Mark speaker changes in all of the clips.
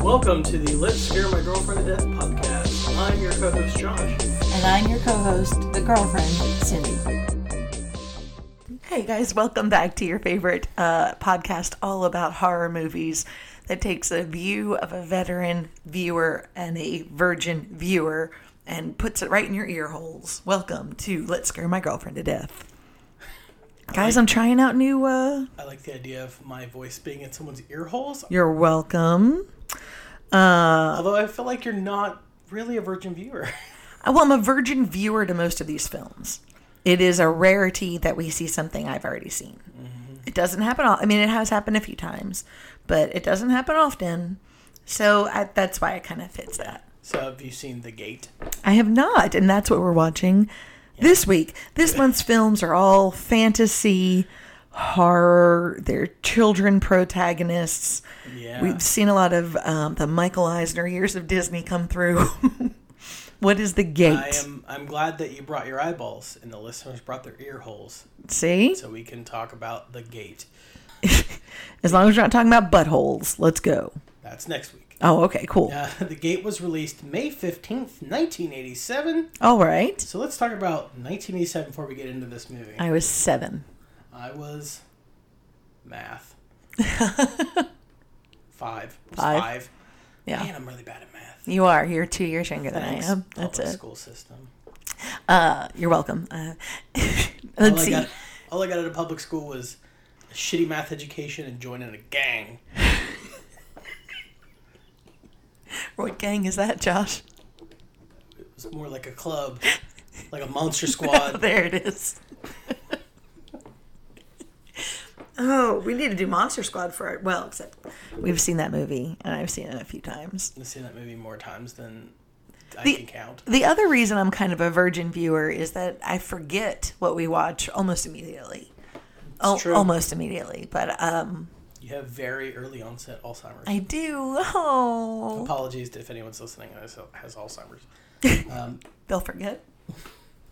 Speaker 1: Welcome to the Let's Scare My Girlfriend to Death podcast. I'm your co host, Josh.
Speaker 2: And I'm your co host, the girlfriend, Cindy.
Speaker 3: Hey guys, welcome back to your favorite uh, podcast all about horror movies that takes a view of a veteran viewer and a virgin viewer and puts it right in your ear holes. Welcome to Let's Scare My Girlfriend to Death. Guys, I'm trying out new. Uh,
Speaker 1: I like the idea of my voice being in someone's ear holes, uh,
Speaker 3: you're welcome.
Speaker 1: although I feel like you're not really a virgin viewer.
Speaker 3: Uh, Well, I'm a virgin viewer to most of these films. It is a rarity that we see something I've already seen.
Speaker 1: Mm-hmm.
Speaker 3: It doesn't happen. All, I mean, it has happened a few times, but it doesn't happen often. So I, that's why it kind of fits that.
Speaker 1: so, have you seen The Gate?
Speaker 3: I have not, and that's what we're watching this week. This month's films are all fantasy, horror. They're children protagonists.
Speaker 1: Yeah.
Speaker 3: We've seen a lot of um, the Michael Eisner years of Disney come through. what is the gate?
Speaker 1: I am. I'm glad that you brought your eyeballs and the listeners brought their ear holes,
Speaker 3: See,
Speaker 1: so we can talk about The Gate.
Speaker 3: As long as you're not talking about buttholes, let's go.
Speaker 1: That's next week.
Speaker 3: Oh, okay, cool.
Speaker 1: Uh, the Gate was released May fifteenth, nineteen eighty-seven.
Speaker 3: All right.
Speaker 1: So let's talk about nineteen eighty-seven before we get into this movie.
Speaker 3: I was seven.
Speaker 1: I was math. five. It was
Speaker 3: Five.
Speaker 1: five.
Speaker 3: Yeah.
Speaker 1: Man, I'm really bad at math.
Speaker 3: You are. You're two years younger than
Speaker 1: Thanks.
Speaker 3: I am. That's
Speaker 1: Public
Speaker 3: it.
Speaker 1: school system.
Speaker 3: Uh, you're welcome. Uh,
Speaker 1: All
Speaker 3: let's
Speaker 1: I,
Speaker 3: see.
Speaker 1: got, all I got out of public school was a shitty math education and joining a gang.
Speaker 3: What gang is that, Josh?
Speaker 1: It was more like a club, like a monster squad.
Speaker 3: there it is. oh, we need to do Monster Squad for our, well, except we've seen that movie and I've seen it a few times.
Speaker 1: I've seen that movie more times than I
Speaker 3: The-
Speaker 1: can count.
Speaker 3: The other reason I'm kind of a virgin viewer is that I forget what we watch almost immediately. Oh,
Speaker 1: true.
Speaker 3: almost immediately, but um,
Speaker 1: You have very early onset Alzheimer's.
Speaker 3: I do. Oh,
Speaker 1: Apologies to if anyone's listening and has- has Alzheimer's. Um,
Speaker 3: they'll forget.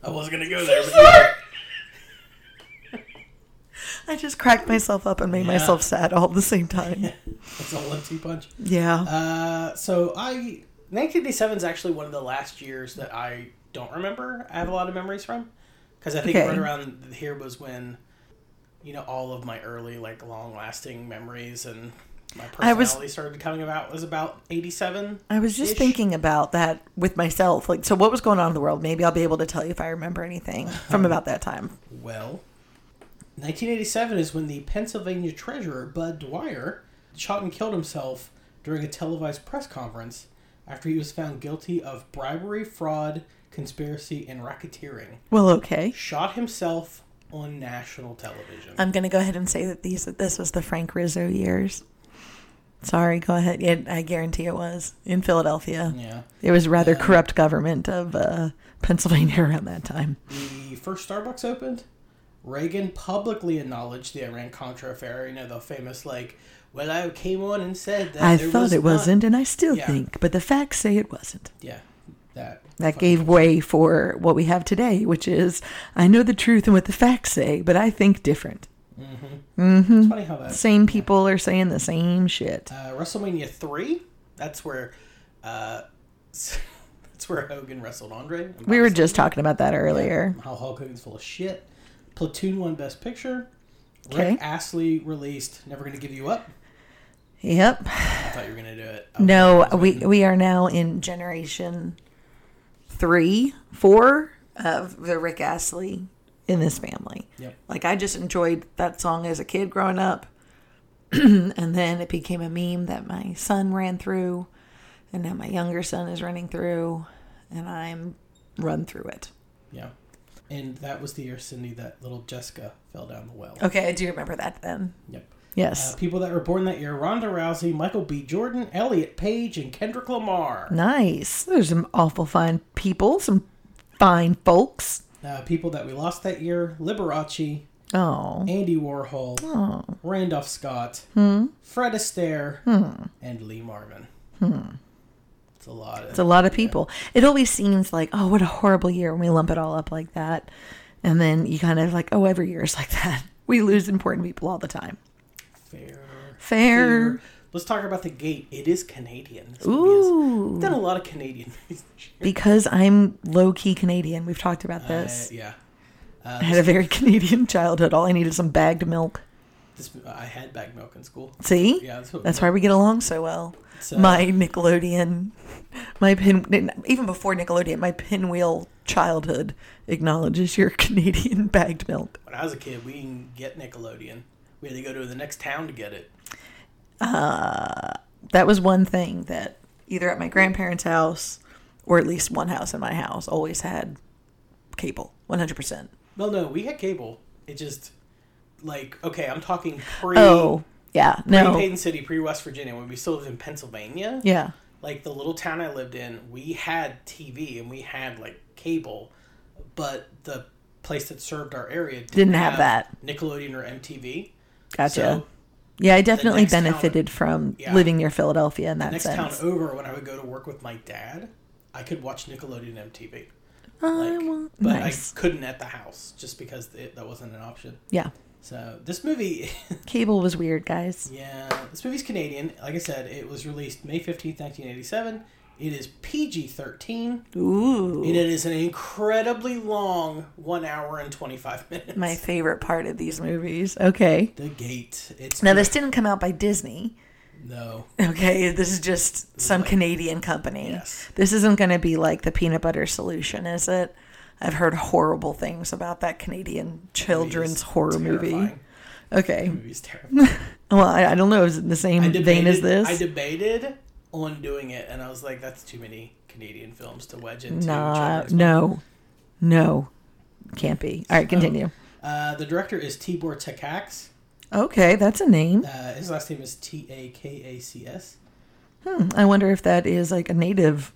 Speaker 1: I was gonna go there, but
Speaker 3: I just cracked myself up and made
Speaker 1: Yeah.
Speaker 3: myself sad all at the same time.
Speaker 1: it's all one two punch.
Speaker 3: Yeah.
Speaker 1: Uh, so I 1987 is actually one of the last years that I don't remember. I have a lot of memories from because I think
Speaker 3: Okay.
Speaker 1: right around here was when you know all of my early like long lasting memories and my
Speaker 3: I was-
Speaker 1: personality started coming about was about 87.
Speaker 3: I was just
Speaker 1: ish.
Speaker 3: thinking about that with myself. Like, so what was going on in the world? Maybe I'll be able to tell you if I remember anything
Speaker 1: Uh-huh.
Speaker 3: from about that time.
Speaker 1: Well, 1987 is when the Pennsylvania treasurer Bud Dwyer shot and killed himself during a televised press conference after he was found guilty of bribery, fraud, conspiracy, and racketeering.
Speaker 3: Well, okay.
Speaker 1: Shot himself on national television.
Speaker 3: I'm gonna go ahead and say that these that this was the Frank Rizzo years. Sorry, go ahead. Yeah, I guarantee it was in Philadelphia.
Speaker 1: yeah.
Speaker 3: It was rather corrupt government of uh, Pennsylvania around that time.
Speaker 1: The first Starbucks opened, Reagan publicly acknowledged the Iran Contra affair. You know, the famous, like, well, I came on and said that.
Speaker 3: I
Speaker 1: there
Speaker 3: thought
Speaker 1: was not-"
Speaker 3: it wasn't, and I still
Speaker 1: Yeah.
Speaker 3: think, but the facts say it wasn't.
Speaker 1: Yeah. That.
Speaker 3: That gave way for what we have today, which is I know the truth and what the facts say, but I think different. Hmm.
Speaker 1: It's funny how that.
Speaker 3: Same people are saying the same shit.
Speaker 1: Uh, WrestleMania three. That's where, uh, that's where Hogan wrestled Andre.
Speaker 3: We were just talking about that earlier.
Speaker 1: how Hulk Hogan's full of shit. Platoon won Best Picture.
Speaker 3: Okay.
Speaker 1: Rick Astley released "Never Gonna Give You Up."
Speaker 3: Yep.
Speaker 1: I thought you were gonna do it. I was-
Speaker 3: No,
Speaker 1: I was
Speaker 3: we
Speaker 1: waiting.
Speaker 3: we are now in generation three, four of the Rick Astley in this family.
Speaker 1: Yep.
Speaker 3: Like I just enjoyed that song as a kid growing up, and then it became a meme that my son ran through, and now my younger son is running through, and I'm run through it.
Speaker 1: Yeah. And that was the year Cindy that little Jessica fell down the well.
Speaker 3: Okay, I do remember that then.
Speaker 1: Yep.
Speaker 3: Yes.
Speaker 1: Uh, people that were born that year: Ronda Rousey, Michael B. Jordan, Elliot Page, and Kendrick Lamar.
Speaker 3: Mm. nice. There's some awful fine people, some fine folks.
Speaker 1: Uh, people that we lost that year: Liberace,
Speaker 3: Oh.
Speaker 1: Andy Warhol,
Speaker 3: Oh. Hmm.
Speaker 1: Randolph Scott, Fred Astaire, and Lee Marvin. It's a lot. Of,
Speaker 3: Hmm. It's a lot of people. It always seems like, oh, what a horrible year when we lump it all up like that. And then you kind of like, oh, every year is like that. We lose important people all the time.
Speaker 1: fair,
Speaker 3: Fair.
Speaker 1: Let's talk about The Gate. It is Canadian. This movie is-
Speaker 3: Ooh.
Speaker 1: We've done a lot of Canadian movies this year.
Speaker 3: Because I'm low key Canadian. We've talked about
Speaker 1: Uh,
Speaker 3: this.
Speaker 1: yeah.
Speaker 3: I had a very Canadian childhood. All I needed was some bagged milk.
Speaker 1: This, I had bagged milk in school.
Speaker 3: See?
Speaker 1: Yeah, that's what
Speaker 3: That's why we get along so well.
Speaker 1: So-
Speaker 3: my Nickelodeon, my pin, even before Nickelodeon, my pinwheel childhood acknowledges your Canadian bagged milk.
Speaker 1: When I was a kid, we didn't get Nickelodeon. We had to go to the next town to get it.
Speaker 3: Uh, That was one thing that either at my grandparents' house or at least one house in my house always had cable, 100%.
Speaker 1: Well, no, we had cable. It just, like, okay, I'm talking pre,
Speaker 3: Oh, yeah.
Speaker 1: pre
Speaker 3: No.
Speaker 1: Payton City, pre West Virginia, when we still lived in Pennsylvania.
Speaker 3: Yeah.
Speaker 1: Like, the little town I lived in, we had TV and we had, like, cable, but the place that served our area didn't,
Speaker 3: Didn't have that.
Speaker 1: Nickelodeon or MTV.
Speaker 3: Gotcha.
Speaker 1: So-
Speaker 3: yeah, I definitely
Speaker 1: next town-
Speaker 3: benefited from
Speaker 1: Yeah.
Speaker 3: living near Philadelphia in that
Speaker 1: next
Speaker 3: sense.
Speaker 1: town over when I would go to work with my dad, I could watch Nickelodeon MTV.
Speaker 3: I
Speaker 1: Like,
Speaker 3: want-
Speaker 1: but
Speaker 3: nice.
Speaker 1: I couldn't at the house just because it, that wasn't an option.
Speaker 3: yeah.
Speaker 1: So this movie,
Speaker 3: Cable was weird, guys.
Speaker 1: yeah, this movie's Canadian. Like I said, it was released May fifteenth, nineteen eighty-seven. It is PG thirteen,
Speaker 3: Ooh.
Speaker 1: and it is an incredibly long one hour and twenty-five minutes.
Speaker 3: My favorite part of these movies. Okay.
Speaker 1: the gate. It's
Speaker 3: Now, this didn't come out by Disney.
Speaker 1: no.
Speaker 3: Okay, this is just some Canadian company.
Speaker 1: Yes.
Speaker 3: This isn't going to be like the peanut butter solution, is it? I've heard horrible things about that Canadian children's horror movie.
Speaker 1: terrifying.
Speaker 3: Okay.
Speaker 1: Movie's terrible.
Speaker 3: Well, I, I don't know. Is it in the same
Speaker 1: I
Speaker 3: vein as this?
Speaker 1: I debated on doing it, and I was like, "That's too many Canadian films to wedge into."
Speaker 3: Nah,
Speaker 1: children's
Speaker 3: no. No. Can't be.
Speaker 1: Oh.
Speaker 3: All right, continue.
Speaker 1: Uh, the director is Tibor Takacs.
Speaker 3: Okay, that's a name.
Speaker 1: Uh, his last name is T A K A C S.
Speaker 3: Hmm, I wonder if that is like a native.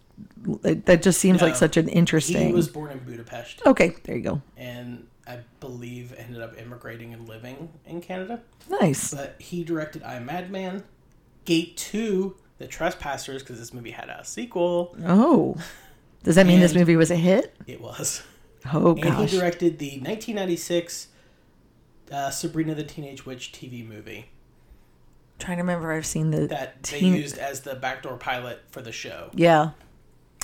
Speaker 3: It, that just seems like
Speaker 1: No.
Speaker 3: such an
Speaker 1: He
Speaker 3: interesting.
Speaker 1: was born in Budapest
Speaker 3: Okay, there you go.
Speaker 1: and I believe ended up immigrating and living in Canada.
Speaker 3: Nice.
Speaker 1: But he directed I Madman, Gate 2, The Trespassers, because this movie had a sequel.
Speaker 3: Oh. Does that mean this
Speaker 1: And-
Speaker 3: movie was a hit?
Speaker 1: It was.
Speaker 3: Oh,
Speaker 1: And
Speaker 3: gosh.
Speaker 1: he directed the 1996 uh, Sabrina the Teenage Witch TV movie
Speaker 3: trying to remember I've seen the.
Speaker 1: that they
Speaker 3: teen-
Speaker 1: used as the backdoor pilot for the show.
Speaker 3: Yeah.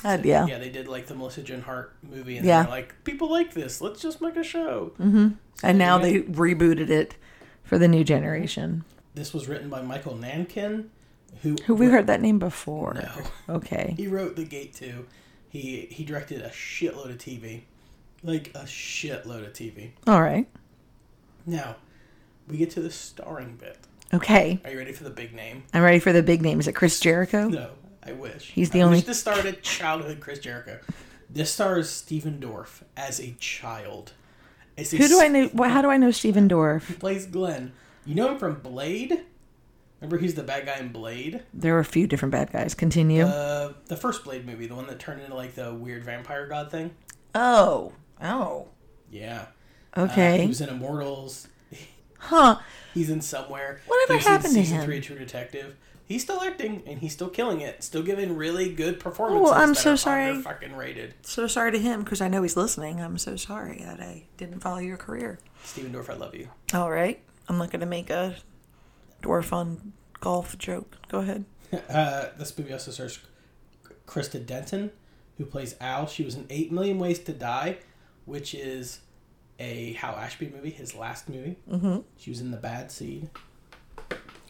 Speaker 3: Uh, yeah.
Speaker 1: Yeah, they did like the Melissa Joan Hart movie, and
Speaker 3: Yeah.
Speaker 1: they're like, people like this. Let's just make a show.
Speaker 3: And now they rebooted it for the new generation.
Speaker 1: This was written by Michael Nankin, who
Speaker 3: Who we heard that name before?
Speaker 1: No.
Speaker 3: Okay.
Speaker 1: he wrote The Gate Two. He he directed a shitload of TV, like a shitload of TV.
Speaker 3: All right.
Speaker 1: Now we get to the starring bit.
Speaker 3: Okay.
Speaker 1: Are you ready for the big name?
Speaker 3: I'm ready for the big name. Is it Chris Jericho?
Speaker 1: No, I wish.
Speaker 3: He's the
Speaker 1: I
Speaker 3: only-
Speaker 1: Wish this starred at childhood Chris Jericho. This stars Stephen Dorff as a child. As a
Speaker 3: Who do I
Speaker 1: s-
Speaker 3: know? wh- How do I know Stephen
Speaker 1: He
Speaker 3: Dorff?
Speaker 1: plays Glenn. You know him from Blade. Remember, he's the bad guy in Blade.
Speaker 3: There were a few different bad guys. Continue.
Speaker 1: Uh, the first Blade movie, the one that turned into like the weird vampire god thing.
Speaker 3: oh. Oh.
Speaker 1: Yeah. Uh,
Speaker 3: Okay.
Speaker 1: he was in Immortals.
Speaker 3: huh.
Speaker 1: He's in somewhere.
Speaker 3: Whatever
Speaker 1: he was in
Speaker 3: happened to
Speaker 1: season
Speaker 3: him?
Speaker 1: Three, of True Detective. He's still acting and he's still killing it. Still giving really good performances.
Speaker 3: Oh, I'm
Speaker 1: that
Speaker 3: so
Speaker 1: are
Speaker 3: sorry.
Speaker 1: under Fucking rated.
Speaker 3: So sorry to him because I know he's listening. I'm so sorry that I didn't follow your career.
Speaker 1: Steven Dorff, I love you.
Speaker 3: All right. I'm not going to make a dwarf on golf joke. Go ahead.
Speaker 1: Uh, this movie also stars Krista Denton, who plays Al. She was in Eight Million Ways to Die, which is a Hal Ashby movie, his last movie. Mm-hmm. She was in The Bad Seed.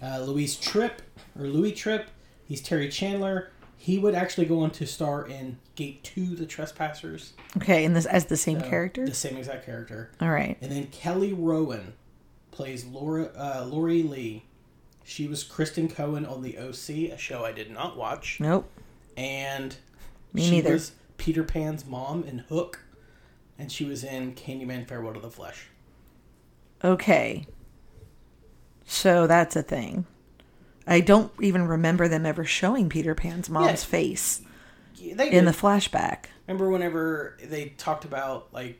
Speaker 1: Uh, Louise Tripp, or Louis Tripp, he's Terry Chandler. He would actually go on to star in Gate 2, The Trespassers.
Speaker 3: Okay, and this as the same
Speaker 1: Uh,
Speaker 3: character.
Speaker 1: The same exact character.
Speaker 3: All right.
Speaker 1: And then Kelly Rowan plays Laura uh, Lori Lee. She was Kristen Cohen on The OC, a show I did not watch
Speaker 3: Nope.
Speaker 1: and
Speaker 3: Me
Speaker 1: she
Speaker 3: neither.
Speaker 1: was Peter Pan's mom in Hook, and she was in Candyman: Farewell to the Flesh.
Speaker 3: Okay. So that's a thing. I don't even remember them ever showing Peter Pan's mom's
Speaker 1: Yeah.
Speaker 3: face
Speaker 1: Yeah, They
Speaker 3: in the
Speaker 1: did.
Speaker 3: flashback.
Speaker 1: remember whenever they talked about like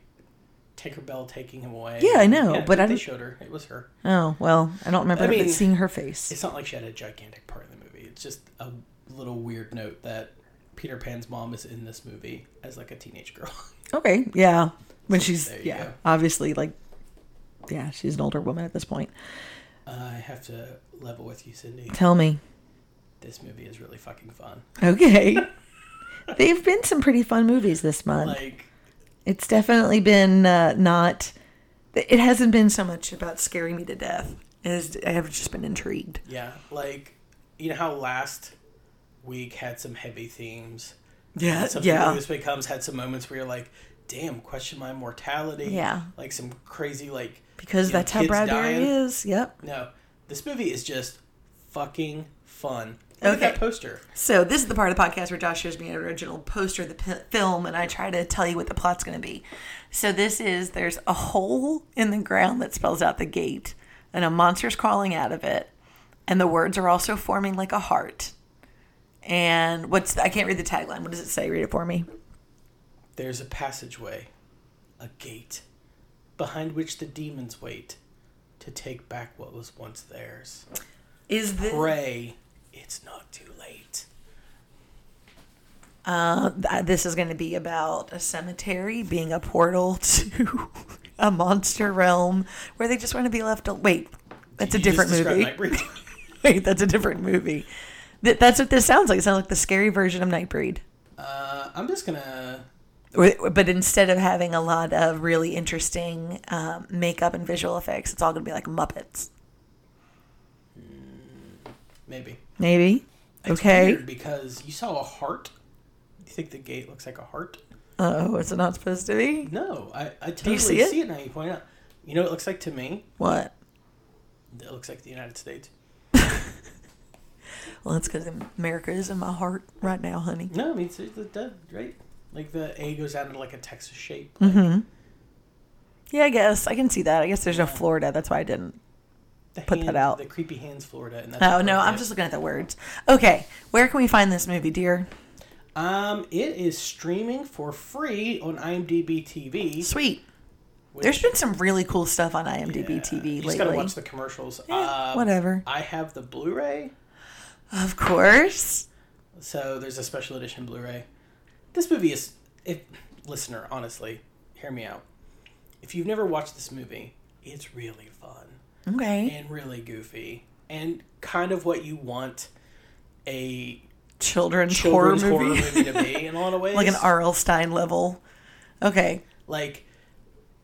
Speaker 1: Tinkerbell taking him away.
Speaker 3: Yeah, I know, but
Speaker 1: they
Speaker 3: I'm-
Speaker 1: showed her. It was her.
Speaker 3: Oh well, I don't remember
Speaker 1: I
Speaker 3: ever
Speaker 1: mean-
Speaker 3: seeing her face.
Speaker 1: It's not like she had a gigantic part in the movie. It's just a little weird note that Peter Pan's mom is in this movie as like a teenage girl.
Speaker 3: Okay, yeah. When she's
Speaker 1: There you
Speaker 3: yeah,
Speaker 1: go.
Speaker 3: obviously like yeah, she's an older woman at this point.
Speaker 1: I have to level with you, Cindy.
Speaker 3: Tell me,
Speaker 1: This movie is really fucking fun.
Speaker 3: Okay. They've been some pretty fun movies this month.
Speaker 1: Like,
Speaker 3: It's definitely been uh, not. It hasn't been so much about scaring me to death. It is, I have just been intrigued.
Speaker 1: yeah, like you know how last week had some heavy themes.
Speaker 3: Yeah,
Speaker 1: Something
Speaker 3: yeah,
Speaker 1: this becomes had some moments where you're like, damn, question my mortality.
Speaker 3: Yeah.
Speaker 1: Like some crazy like
Speaker 3: because
Speaker 1: you know,
Speaker 3: that's how
Speaker 1: kids
Speaker 3: Bradbury
Speaker 1: dying.
Speaker 3: is. Yep.
Speaker 1: No, this movie is just fucking fun. Look at that
Speaker 3: Okay.
Speaker 1: poster.
Speaker 3: So this is the part of the podcast where Josh shows me an original poster of the p- film, and I try to tell you what the plot's going to be. So this is there's a hole in the ground that spells out the gate, and a monster's crawling out of it, and the words are also forming like a heart. And what's I can't read the tagline. What does it say? Read it for me.
Speaker 1: There's a passageway, a gate, behind which the demons wait to take back what was once theirs.
Speaker 3: Is the
Speaker 1: Pray it's not too late.
Speaker 3: Uh, th- this is going to be about a cemetery being a portal to a monster realm where they just want to be left. Al- Wait, that's a
Speaker 1: You
Speaker 3: different
Speaker 1: just described
Speaker 3: movie.
Speaker 1: Nightbreed.
Speaker 3: Wait, that's a different movie. Th- that's what this sounds like. It sounds like the scary version of Nightbreed.
Speaker 1: uh, I'm just gonna.
Speaker 3: Or- But instead of having a lot of really interesting um, makeup and visual effects, it's all going to be like Muppets.
Speaker 1: Maybe.
Speaker 3: Maybe.
Speaker 1: It's
Speaker 3: okay.
Speaker 1: weird because you saw a heart. You think the gate looks like a heart?
Speaker 3: Oh, is it not supposed to be?
Speaker 1: No, I, I totally
Speaker 3: see it?
Speaker 1: see it now. You point out. You know what it looks like to me?
Speaker 3: What?
Speaker 1: It looks like the United States.
Speaker 3: Well, that's because America is in my heart right now, honey.
Speaker 1: No, I mean, it's the dove, right? Like the A goes out into like a Texas shape.
Speaker 3: Mm-hmm. Yeah, I guess I can see that. I guess there's no Florida. That's why I didn't.
Speaker 1: The
Speaker 3: Put that
Speaker 1: hand-
Speaker 3: out.
Speaker 1: The creepy hands, Florida. And that's
Speaker 3: Oh no, I'm
Speaker 1: appropriate.
Speaker 3: just looking at the words. Okay, where can we find this movie, dear?
Speaker 1: Um, it is streaming for free on IMDb TV.
Speaker 3: Sweet.
Speaker 1: which-
Speaker 3: There's been some really cool stuff on IMDb
Speaker 1: yeah,
Speaker 3: TV
Speaker 1: You just gotta
Speaker 3: lately.
Speaker 1: watch the commercials.
Speaker 3: Yeah,
Speaker 1: Um,
Speaker 3: whatever.
Speaker 1: I have the Blu-ray,
Speaker 3: Of course.
Speaker 1: so there's a special edition Blu-ray. This movie is, if listener, honestly, hear me out. If you've never watched this movie, it's really fun.
Speaker 3: Okay.
Speaker 1: and really goofy and kind of what you want a
Speaker 3: Children's,
Speaker 1: children's
Speaker 3: horror movie,
Speaker 1: to be in a lot of ways.
Speaker 3: like an R.L. Stein level. Okay.
Speaker 1: Like,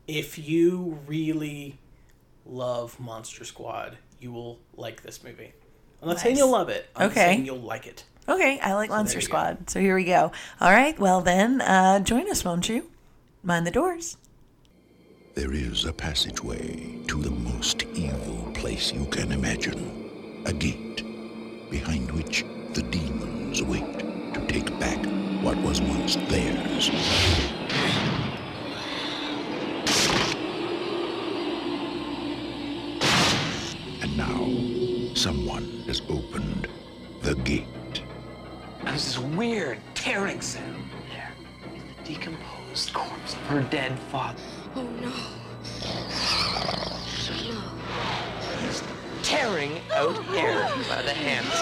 Speaker 1: if you really love Monster Squad, you will like this movie. I'm not saying
Speaker 3: Nice.
Speaker 1: you'll love it. I'm just
Speaker 3: Okay.
Speaker 1: saying you'll like it.
Speaker 3: Okay, I like Monster
Speaker 1: you go.
Speaker 3: Squad. So here we go. All right. Well then, uh, join us, won't you? Mind the doors.
Speaker 4: There is a passageway to the most evil place you can imagine. A gate behind which the demons wait to take back what was once theirs. And now, someone has opened the gate.
Speaker 5: There's this weird tearing sound. There is the decomposed corpse of her dead father.
Speaker 6: Oh no. No.
Speaker 5: He's tearing out hair by the hands.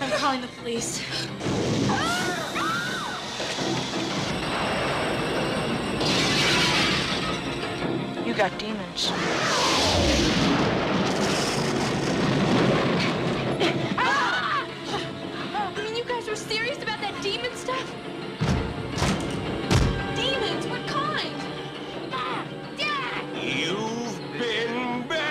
Speaker 6: I'm calling the police.
Speaker 7: You got demons.
Speaker 6: I mean, you guys were serious about that demon stuff? Demons? What kind? Ah, Dad! Dad!
Speaker 5: You've been bad!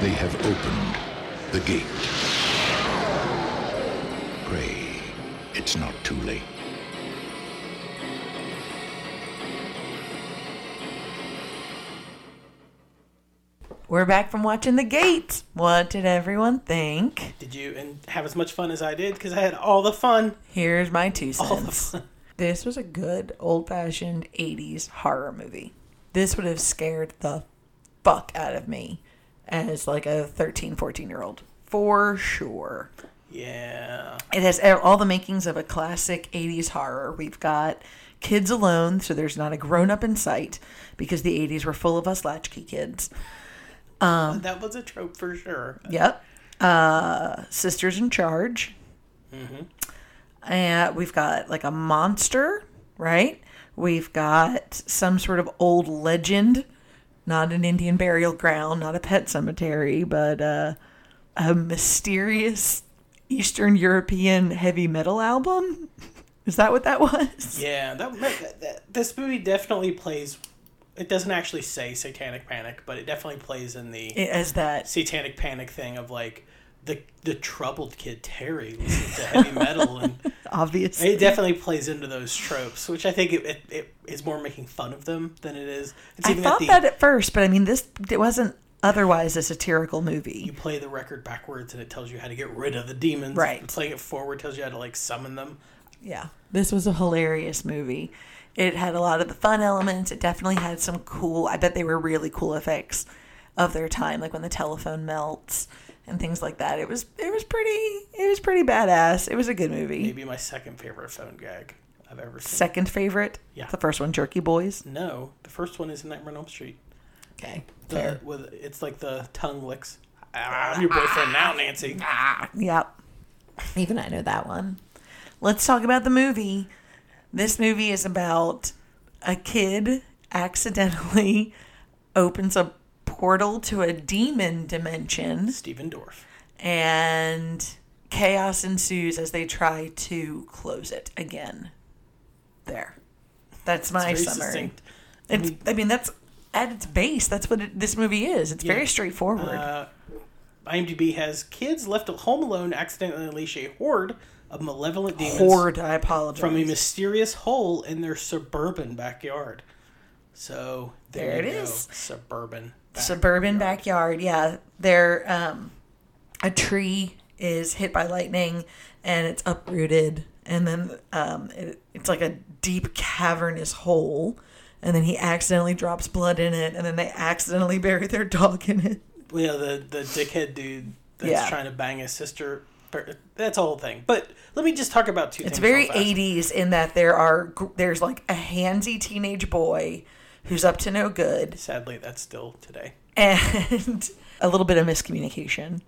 Speaker 4: They have opened the gate. Pray it's not too late.
Speaker 3: We're back from watching The Gate. What did everyone think?
Speaker 1: Did you and have as much fun as I did? Because I had all the fun.
Speaker 3: Here's my two
Speaker 1: All the
Speaker 3: cents.
Speaker 1: fun.
Speaker 3: This was a good old fashioned 80s horror movie. This would have scared the fuck out of me as like a 13, 14 year old. For sure.
Speaker 1: Yeah.
Speaker 3: It has e, all the makings of a classic 80s horror. We've got kids alone, so there's not a grown up in sight because the 80s were full of us latchkey kids.
Speaker 1: that was a trope for sure.
Speaker 3: Yep. Uh, Sisters in Charge.
Speaker 1: Mm-hmm.
Speaker 3: And we've got like a monster, right? We've got some sort of old legend, not an Indian burial ground, not a pet cemetery, but uh, a mysterious Eastern European heavy metal album. Is that what that was?
Speaker 1: Yeah, that, that, that- this movie definitely plays. It doesn't actually say satanic panic, but it definitely plays in the
Speaker 3: It is that.
Speaker 1: satanic panic thing of like the the troubled kid Terry listens to heavy metal, and
Speaker 3: Obviously.
Speaker 1: it definitely plays into those tropes, which I think it, it, it is more making fun of them than it is. It's
Speaker 3: I
Speaker 1: even
Speaker 3: thought
Speaker 1: the,
Speaker 3: that at first, but I mean, this it wasn't otherwise a satirical movie.
Speaker 1: you play the record backwards and it tells you how to get rid of the demons.
Speaker 3: Right.
Speaker 1: Playing it forward tells you how to like summon them.
Speaker 3: Yeah. This was a hilarious movie. It had a lot of the fun elements. It definitely had some cool, I bet they were really cool effects of their time, like when the telephone melts and things like that. It was it was pretty it was pretty badass. It was a good movie.
Speaker 1: Maybe my second favorite phone gag I've ever seen.
Speaker 3: Second favorite?
Speaker 1: Yeah.
Speaker 3: The first one, Jerky Boys.
Speaker 1: no, the first one is Nightmare on Elm Street.
Speaker 3: Okay.
Speaker 1: The, With it's like the tongue licks. Ah, I'm your boyfriend now, Nancy.
Speaker 3: Yep. Ah. Even I know that one. Let's talk about the movie. This movie is about a kid accidentally opens a portal to a demon dimension
Speaker 1: Steven Dorff.
Speaker 3: and chaos ensues as they try to close it again. There. That's my
Speaker 1: Very
Speaker 3: summary.
Speaker 1: succinct.
Speaker 3: It's I mean that's at its base, that's what it, this movie is. It's very straightforward.
Speaker 1: Uh, IMDb has kids left home alone accidentally unleash a horde of malevolent demons
Speaker 3: Horde, I apologize.
Speaker 1: from a mysterious hole in their suburban backyard. So there,
Speaker 3: There
Speaker 1: you
Speaker 3: it
Speaker 1: go.
Speaker 3: is.
Speaker 1: Suburban.
Speaker 3: suburban backyard. Yeah, there. Um, a tree is hit by lightning and it's uprooted, and then um, it, it's like a deep cavernous hole. And then he accidentally drops blood in it, and then they accidentally bury their dog in it.
Speaker 1: Well, yeah, the the dickhead dude that's
Speaker 3: Yeah.
Speaker 1: trying to bang his sister. per- That's a whole thing. But let me just talk about two things.
Speaker 3: It's very
Speaker 1: real fast.
Speaker 3: 80s in that there are gr- there's like a handsy teenage boy who's up to no good
Speaker 1: Sadly, that's still today.
Speaker 3: and a little bit of miscommunication.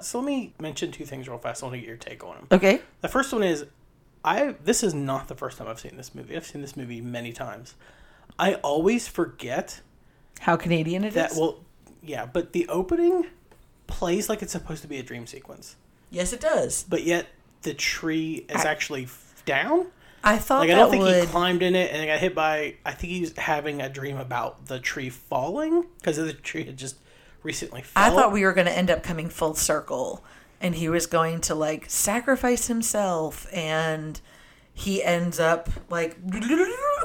Speaker 1: So let me mention two things real fast. I want to get your take on them.
Speaker 3: Okay.
Speaker 1: The first one is, I this is not the first time I've seen this movie. I've seen this movie many times. I always forget
Speaker 3: How Canadian it is.
Speaker 1: that. Well, yeah, but the opening plays like it's supposed to be a dream sequence,
Speaker 3: yes, it does.
Speaker 1: but yet the tree is actually f- down.
Speaker 3: I thought
Speaker 1: Like I
Speaker 3: that
Speaker 1: don't think
Speaker 3: would
Speaker 1: he climbed in it and got hit by. I think he's having a dream about the tree falling because the tree had just recently.
Speaker 3: I
Speaker 1: Fell.
Speaker 3: thought we were going to end up coming full circle and he was going to like sacrifice himself and he ends up like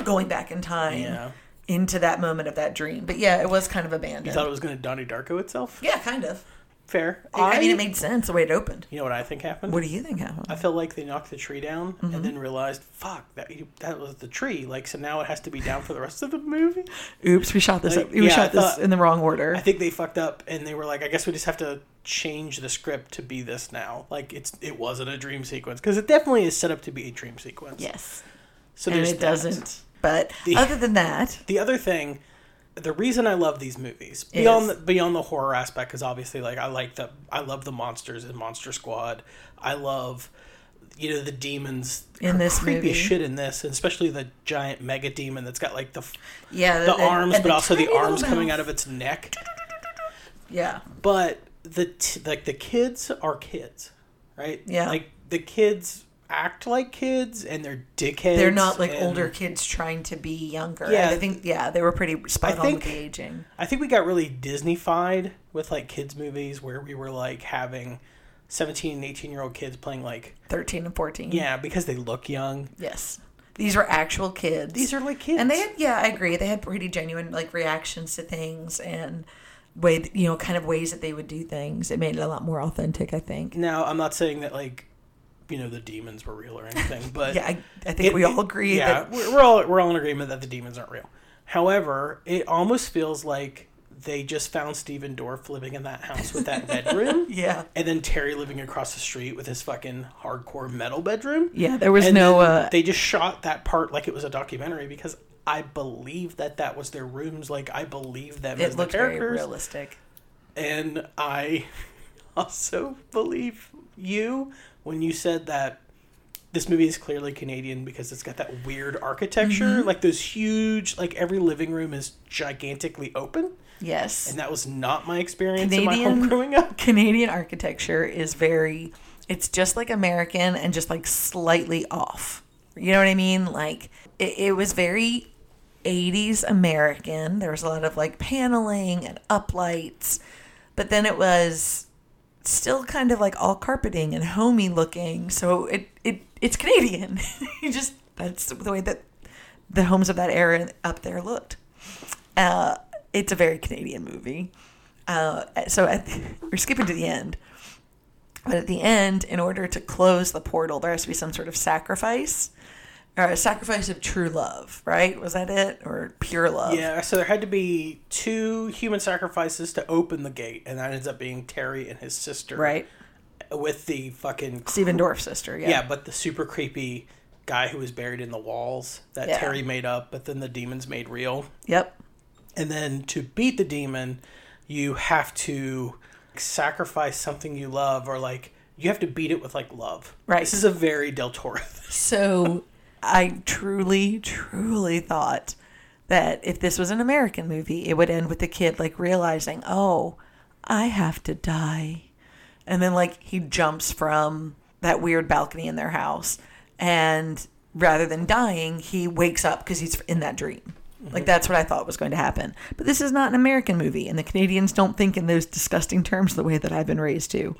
Speaker 3: going back in time
Speaker 1: Yeah.
Speaker 3: into that moment of that dream. But yeah, it was kind of abandoned.
Speaker 1: You thought it was going to Donnie Darko itself.
Speaker 3: yeah, kind of.
Speaker 1: Fair.
Speaker 3: I, I mean, it made sense the way it opened.
Speaker 1: You know what I think happened?
Speaker 3: What do you Mm-hmm. think happened?
Speaker 1: I felt like they knocked the tree down and then realized, fuck, that that was the tree. Like, so now it has to be down for the rest of the movie.
Speaker 3: Oops, we shot this.
Speaker 1: Like,
Speaker 3: up. We
Speaker 1: yeah, I
Speaker 3: shot this
Speaker 1: thought-
Speaker 3: in the wrong order.
Speaker 1: I think they fucked up, and they were like, I guess we just have to change the script to be this now. Like, it's it wasn't a dream sequence because it definitely is set up to be a dream sequence.
Speaker 3: yes,
Speaker 1: So
Speaker 3: and
Speaker 1: there's
Speaker 3: it
Speaker 1: that.
Speaker 3: doesn't. But
Speaker 1: The-
Speaker 3: other than that,
Speaker 1: The other thing, the reason I love these movies beyond the, beyond the horror aspect, because obviously, like I like the I love the monsters in Monster Squad. I love, you know, the demons
Speaker 3: In
Speaker 1: are
Speaker 3: this
Speaker 1: creepy
Speaker 3: movie.
Speaker 1: as shit in this, and especially the giant mega demon that's got like the f-
Speaker 3: yeah,
Speaker 1: the arms,
Speaker 3: and
Speaker 1: but also the
Speaker 3: tiny little
Speaker 1: arms coming
Speaker 3: mouth.
Speaker 1: out of its neck.
Speaker 3: Yeah,
Speaker 1: But the t- like the kids are kids, right?
Speaker 3: Yeah.
Speaker 1: like the kids act like kids and they're dickheads.
Speaker 3: they're not like
Speaker 1: and-
Speaker 3: older kids trying to be younger.
Speaker 1: Yeah.
Speaker 3: Yeah, I think yeah, they were pretty spot
Speaker 1: I
Speaker 3: on
Speaker 1: think-
Speaker 3: with the aging.
Speaker 1: I think we got really Disneyfied with like kids movies where we were like having 17 and 18 year old kids playing like
Speaker 3: Thirteen and fourteen.
Speaker 1: yeah because they look young.
Speaker 3: Yes. These were actual kids.
Speaker 1: These are like kids.
Speaker 3: And they had, yeah, I agree. They had pretty genuine like reactions to things and way, you know, kind of ways that they would do things. It made it a lot more authentic, I think.
Speaker 1: Now, I'm not saying that like you know the demons were real or anything, but
Speaker 3: Yeah, I, I think
Speaker 1: it-
Speaker 3: we all
Speaker 1: it-
Speaker 3: agree
Speaker 1: Yeah,
Speaker 3: that
Speaker 1: we're, we're all we're all in agreement that the demons aren't real. However, it almost feels like they just found Steven Dorff living in that house with that bedroom.
Speaker 3: yeah.
Speaker 1: And then Terry living across the street with his fucking hardcore metal bedroom.
Speaker 3: Yeah, there was
Speaker 1: And
Speaker 3: no
Speaker 1: then
Speaker 3: uh
Speaker 1: they just shot that part like it was a documentary because I believe that that was their rooms. Like I believe them as
Speaker 3: it
Speaker 1: the
Speaker 3: looked very
Speaker 1: characters.
Speaker 3: realistic.
Speaker 1: And I also believe you when you said that this movie is clearly Canadian because it's got that weird architecture,
Speaker 3: Mm-hmm.
Speaker 1: like those huge, like every living room is gigantically open.
Speaker 3: Yes.
Speaker 1: And that was not my experience in my home
Speaker 3: Canadian
Speaker 1: growing up.
Speaker 3: Canadian architecture is very it's just like American and just like slightly off. You know what I mean? Like it, it was very 80s American. There was a lot of like paneling and uplights, but then it was still kind of like all carpeting and homey looking. So it it it's Canadian. you just that's the way that the homes of that era up there looked. Uh, it's a very Canadian movie. Uh, so at we're skipping to the end. But at the end, in order to close the portal, there has to be some sort of sacrifice or a sacrifice of true love, right? Was that it? Or pure love?
Speaker 1: Yeah, so there had to be two human sacrifices to open the gate, and that ends up being Terry and his sister.
Speaker 3: Right?
Speaker 1: With the fucking.
Speaker 3: Stephen Dorff's sister, yeah.
Speaker 1: Yeah, but the super creepy guy who was buried in the walls that
Speaker 3: Yeah.
Speaker 1: Terry made up, but then the demons made real.
Speaker 3: Yep.
Speaker 1: And then to beat the demon, you have to sacrifice something you love, or like, you have to beat it with like love.
Speaker 3: Right.
Speaker 1: This is a very Del Toro thing.
Speaker 3: So I truly, truly thought that if this was an American movie, it would end with the kid like realizing, oh, I have to die. And then like he jumps from that weird balcony in their house. And rather than dying, he wakes up because he's in that dream. Like that's what I thought was going to happen. But this is not an American movie, and the Canadians don't think in those disgusting terms the way that I've been raised to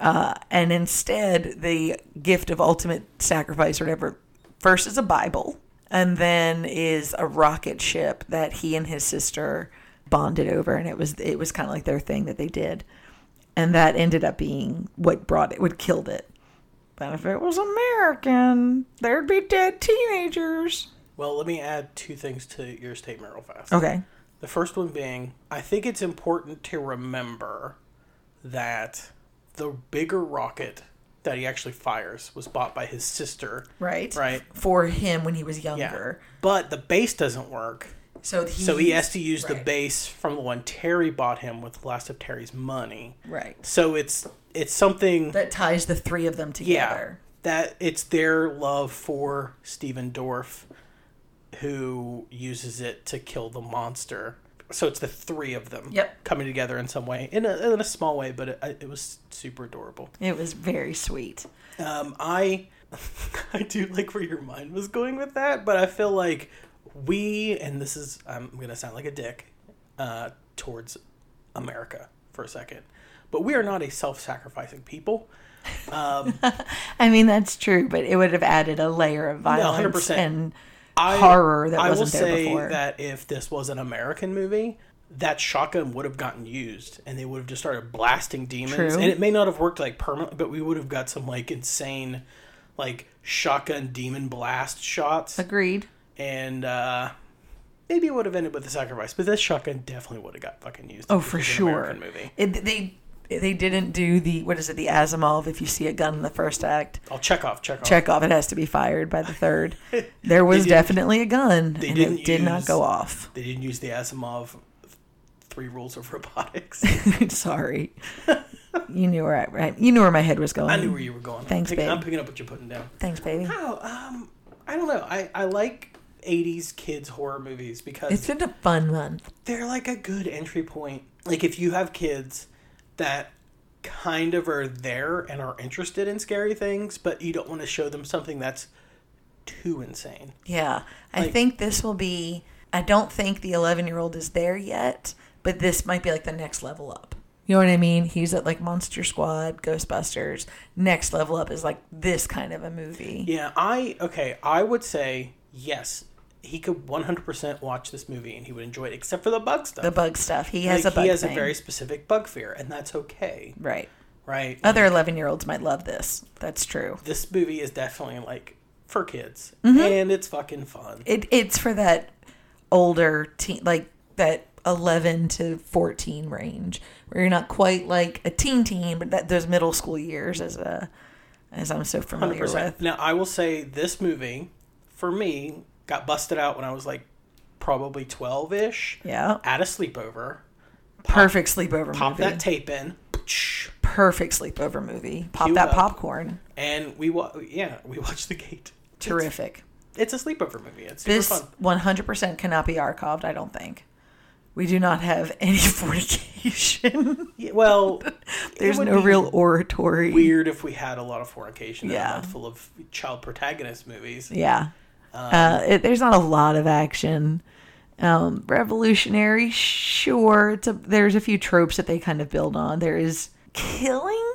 Speaker 3: uh, and instead the gift of ultimate sacrifice or whatever first is a bible and then is a rocket ship that he and his sister bonded over and it was it was kind of like their thing that they did and that ended up being what brought it what killed it but if it was american there'd be dead teenagers
Speaker 1: Well, let me add two things to your statement real fast.
Speaker 3: okay
Speaker 1: The first one being, I think it's important to remember that the bigger rocket that he actually fires was bought by his sister.
Speaker 3: right
Speaker 1: Right.
Speaker 3: for him when he was
Speaker 1: Yeah.
Speaker 3: younger
Speaker 1: But the base doesn't work.
Speaker 3: so he
Speaker 1: So he has to use the
Speaker 3: right.
Speaker 1: base from the one Terry bought him with the last of Terry's money.
Speaker 3: right
Speaker 1: So it's it's something
Speaker 3: that ties the three of them
Speaker 1: yeah,
Speaker 3: together
Speaker 1: that it's their love for Steven Dorff who uses it to kill the monster. So it's the three of them
Speaker 3: Yep.
Speaker 1: coming together in some way, in a, in a small way, but it, it was super adorable.
Speaker 3: it was very sweet
Speaker 1: Um, I I do like where your mind was going with that, but I feel like we and this is I'm gonna sound like a dick uh, towards America for a second, but we are not a self-sacrificing people.
Speaker 3: I mean, that's true, but it would have added a layer of violence
Speaker 1: 100%.
Speaker 3: and
Speaker 1: I,
Speaker 3: horror that
Speaker 1: I
Speaker 3: wasn't
Speaker 1: will
Speaker 3: there
Speaker 1: say
Speaker 3: before.
Speaker 1: that if this was an American movie, that shotgun would have gotten used, and they would have just started blasting demons.
Speaker 3: True.
Speaker 1: And it may not have worked like permanently, but we would have got some like insane, like shotgun demon blast shots.
Speaker 3: agreed.
Speaker 1: and uh, maybe it would have ended with a sacrifice, but this shotgun definitely would have got fucking used.
Speaker 3: Oh,
Speaker 1: if it
Speaker 3: for
Speaker 1: was an
Speaker 3: sure.
Speaker 1: American movie.
Speaker 3: It, they they didn't do the what is it the Asimov? If you see a gun in the first act,
Speaker 1: I'll check off. Check off.
Speaker 3: check off. It has to be fired by the third. There was
Speaker 1: Oh. didn't-
Speaker 3: definitely a gun,
Speaker 1: they
Speaker 3: and
Speaker 1: didn't
Speaker 3: it did not
Speaker 1: use-
Speaker 3: go off.
Speaker 1: They didn't use the Asimov three rules of robotics.
Speaker 3: Sorry, you knew where I right. You knew where my head was going.
Speaker 1: I knew where you were going.
Speaker 3: Thanks,
Speaker 1: I'm picking, I'm
Speaker 3: babe.
Speaker 1: picking up what you're putting down.
Speaker 3: Thanks, baby.
Speaker 1: Oh, um, I don't know. I I like. 80s kids horror movies because
Speaker 3: It's been a fun month.
Speaker 1: they're like a good entry point. Like if you have kids that kind of are there and are interested in scary things, but you don't want to show them something that's too insane.
Speaker 3: Yeah. I think this will be I don't think the 11-year-old is there yet, but this might be like the next level up. You know what I mean? He's at like Monster Squad, Ghostbusters. Next level up is like this kind of a movie.
Speaker 1: Yeah, I okay, I would say yes. He could 100% watch this movie and he would enjoy it except for the bug stuff.
Speaker 3: The bug stuff. He has
Speaker 1: Like,
Speaker 3: a bug
Speaker 1: he has
Speaker 3: thing.
Speaker 1: a very specific bug fear and that's okay,
Speaker 3: right.
Speaker 1: right?
Speaker 3: Other 11-year-olds might love this. That's true.
Speaker 1: this movie is definitely like for kids and it's fucking fun.
Speaker 3: It Mm-hmm. it's for that older teen like that 11 to 14 range where you're not quite like a teen teen, but that those middle school years as a as I'm so familiar with.
Speaker 1: 100%. Now, I will say this movie for me got busted out when I was like probably 12ish
Speaker 3: Yeah.
Speaker 1: at a sleepover
Speaker 3: Perfect sleepover
Speaker 1: Pop
Speaker 3: movie.
Speaker 1: that tape in,
Speaker 3: Perfect sleepover movie. Pop
Speaker 1: Cue
Speaker 3: that
Speaker 1: up.
Speaker 3: popcorn.
Speaker 1: and we wa- yeah we watch the gate.
Speaker 3: Terrific.
Speaker 1: It's a sleepover movie. It's super
Speaker 3: This
Speaker 1: fun.
Speaker 3: 100% cannot be archived, I don't think. We do not have any fornication.
Speaker 1: Yeah, well,
Speaker 3: There's
Speaker 1: would
Speaker 3: no
Speaker 1: be
Speaker 3: real oratory.
Speaker 1: weird if we had a lot of fornication yeah.
Speaker 3: Yeah.
Speaker 1: and a month full of child protagonist movies.
Speaker 3: Yeah. uh, it, there's not a lot of action. Um, revolutionary, sure. It's a, there's a few tropes that they kind of build on. There is killing?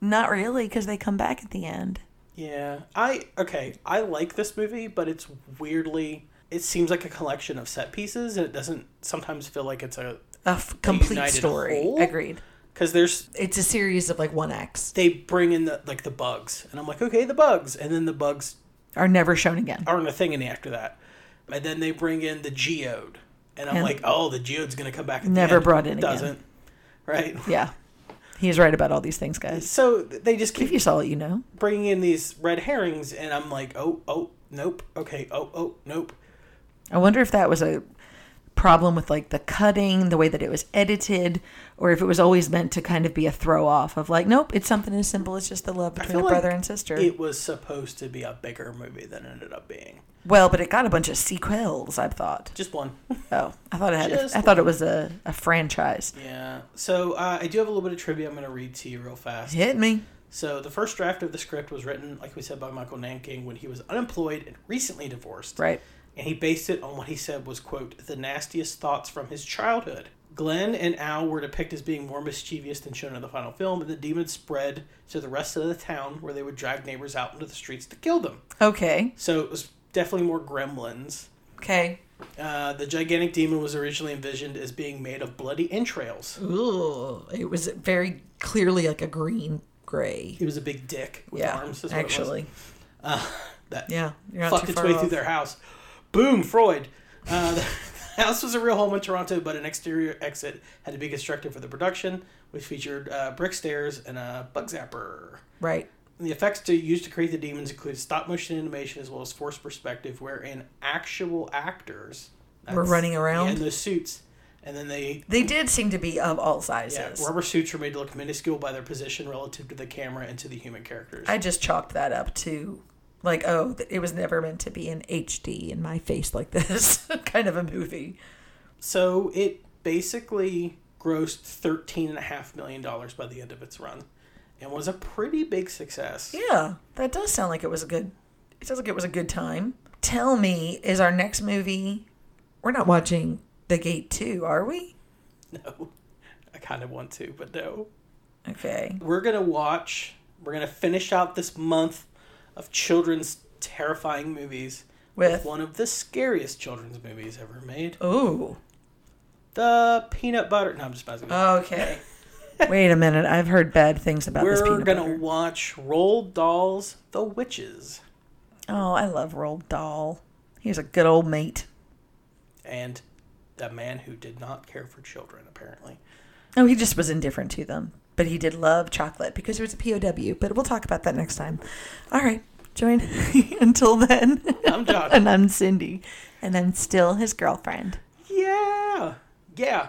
Speaker 3: Not really, because they come back at the end.
Speaker 1: Yeah, I okay. I like this movie, but it's weirdly it seems like a collection of set pieces, and it doesn't sometimes feel like it's a
Speaker 3: A f- complete
Speaker 1: united
Speaker 3: story.
Speaker 1: whole?
Speaker 3: Agreed.
Speaker 1: because there's
Speaker 3: It's a series of like one acts
Speaker 1: they bring in the like the bugs, and I'm like, okay, the bugs, and then the bugs
Speaker 3: are never shown again.
Speaker 1: aren't a thing any after that, and then they bring in the geode, and I'm
Speaker 3: And-
Speaker 1: like, oh, the geode's gonna come back. At
Speaker 3: Never
Speaker 1: the end.
Speaker 3: brought in again.
Speaker 1: doesn't right.
Speaker 3: Yeah. He's right about all these things, guys.
Speaker 1: So they just keep
Speaker 3: If you saw it, you know.
Speaker 1: bringing in these red herrings, and I'm like, oh, oh, nope, okay, oh, oh, nope.
Speaker 3: I wonder if that was a problem with like the cutting, the way that it was edited, or if it was always meant to kind of be a throw off of like, nope, it's something as simple as just the love
Speaker 1: I
Speaker 3: between
Speaker 1: feel
Speaker 3: a
Speaker 1: like
Speaker 3: brother and sister.
Speaker 1: It was supposed to be a bigger movie than it ended up being.
Speaker 3: well, but it got a bunch of sequels, I thought.
Speaker 1: Just one.
Speaker 3: Oh, I thought it had a,
Speaker 1: Just
Speaker 3: I thought it was a, a franchise.
Speaker 1: yeah. So uh, I do have a little bit of trivia I'm going to read to you real fast.
Speaker 3: Hit me.
Speaker 1: So the first draft of the script was written, like we said, by Michael Nanking when he was unemployed and recently divorced.
Speaker 3: Right.
Speaker 1: And he based it on what he said was, quote, the nastiest thoughts from his childhood. Glenn and Al were depicted as being more mischievous than shown in the final film, and the demons spread to the rest of the town where they would drive neighbors out into the streets to kill them.
Speaker 3: Okay.
Speaker 1: So it was definitely more gremlins.
Speaker 3: Okay.
Speaker 1: Uh, the gigantic demon was originally envisioned as being made of bloody entrails.
Speaker 3: Ooh, it was very clearly like a green gray.
Speaker 1: It was a big dick with
Speaker 3: Yeah,
Speaker 1: arms. Is what
Speaker 3: actually.
Speaker 1: it was. that
Speaker 3: Yeah, you're not
Speaker 1: fucked
Speaker 3: too
Speaker 1: its
Speaker 3: far
Speaker 1: way
Speaker 3: off.
Speaker 1: through their house. Boom, Freud. Uh, the house was a real home in Toronto, but an exterior exit had to be constructed for the production, which featured uh, brick stairs and a bug zapper.
Speaker 3: Right.
Speaker 1: And the effects to, used to create the demons include stop motion animation as well as forced perspective, wherein actual actors
Speaker 3: Were running around?
Speaker 1: in those suits, and then they
Speaker 3: They did seem to be of all sizes.
Speaker 1: Yeah, rubber suits were made to look minuscule by their position relative to the camera and to the human characters.
Speaker 3: I just chalked that up to like, oh, th- it was never meant to be in HD in my face like this kind of a movie.
Speaker 1: so it basically grossed $13.5 million by the end of its run and was a pretty big success.
Speaker 3: Yeah, that does sound like it was a good. It sounds like it was a good time. Tell me, is our next movie? We're not watching The Gate Two, are we?
Speaker 1: No, I kind of want to, but no.
Speaker 3: Okay.
Speaker 1: We're going to watch, we're going to finish out this month of children's terrifying movies
Speaker 3: With-
Speaker 1: one of the scariest children's movies ever made
Speaker 3: Oh.
Speaker 1: The Peanut Butter. No, I'm just messing with you.
Speaker 3: Uh, Okay. Wait a minute. I've heard bad things about this
Speaker 1: We're
Speaker 3: peanut
Speaker 1: gonna
Speaker 3: butter.
Speaker 1: watch Roll Dolls The Witches
Speaker 3: Oh, I love Roald Dahl. He's a good old mate.
Speaker 1: and the man who did not care for children, apparently.
Speaker 3: Oh, he just was indifferent to them. But he did love chocolate because he was a POW. But we'll talk about that next time. All right, join. Until then,
Speaker 1: I'm John.
Speaker 3: and I'm Cindy, and I'm still his girlfriend.
Speaker 1: yeah. Yeah.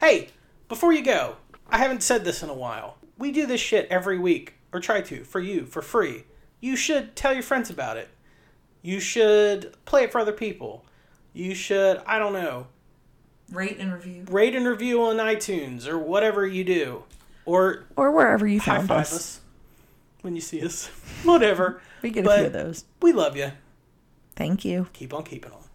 Speaker 1: Hey, before you go, I haven't said this in a while. We do this shit every week, or try to, for you, for free. You should tell your friends about it. You should play it for other people. You should, I don't know,
Speaker 3: Rate and review,
Speaker 1: rate and review on iTunes or whatever you do. Or
Speaker 3: or wherever you
Speaker 1: high
Speaker 3: found
Speaker 1: five
Speaker 3: us.
Speaker 1: us. when you see us. Whatever.
Speaker 3: We get a
Speaker 1: But
Speaker 3: few of those.
Speaker 1: We love you.
Speaker 3: Thank you.
Speaker 1: Keep on keeping on.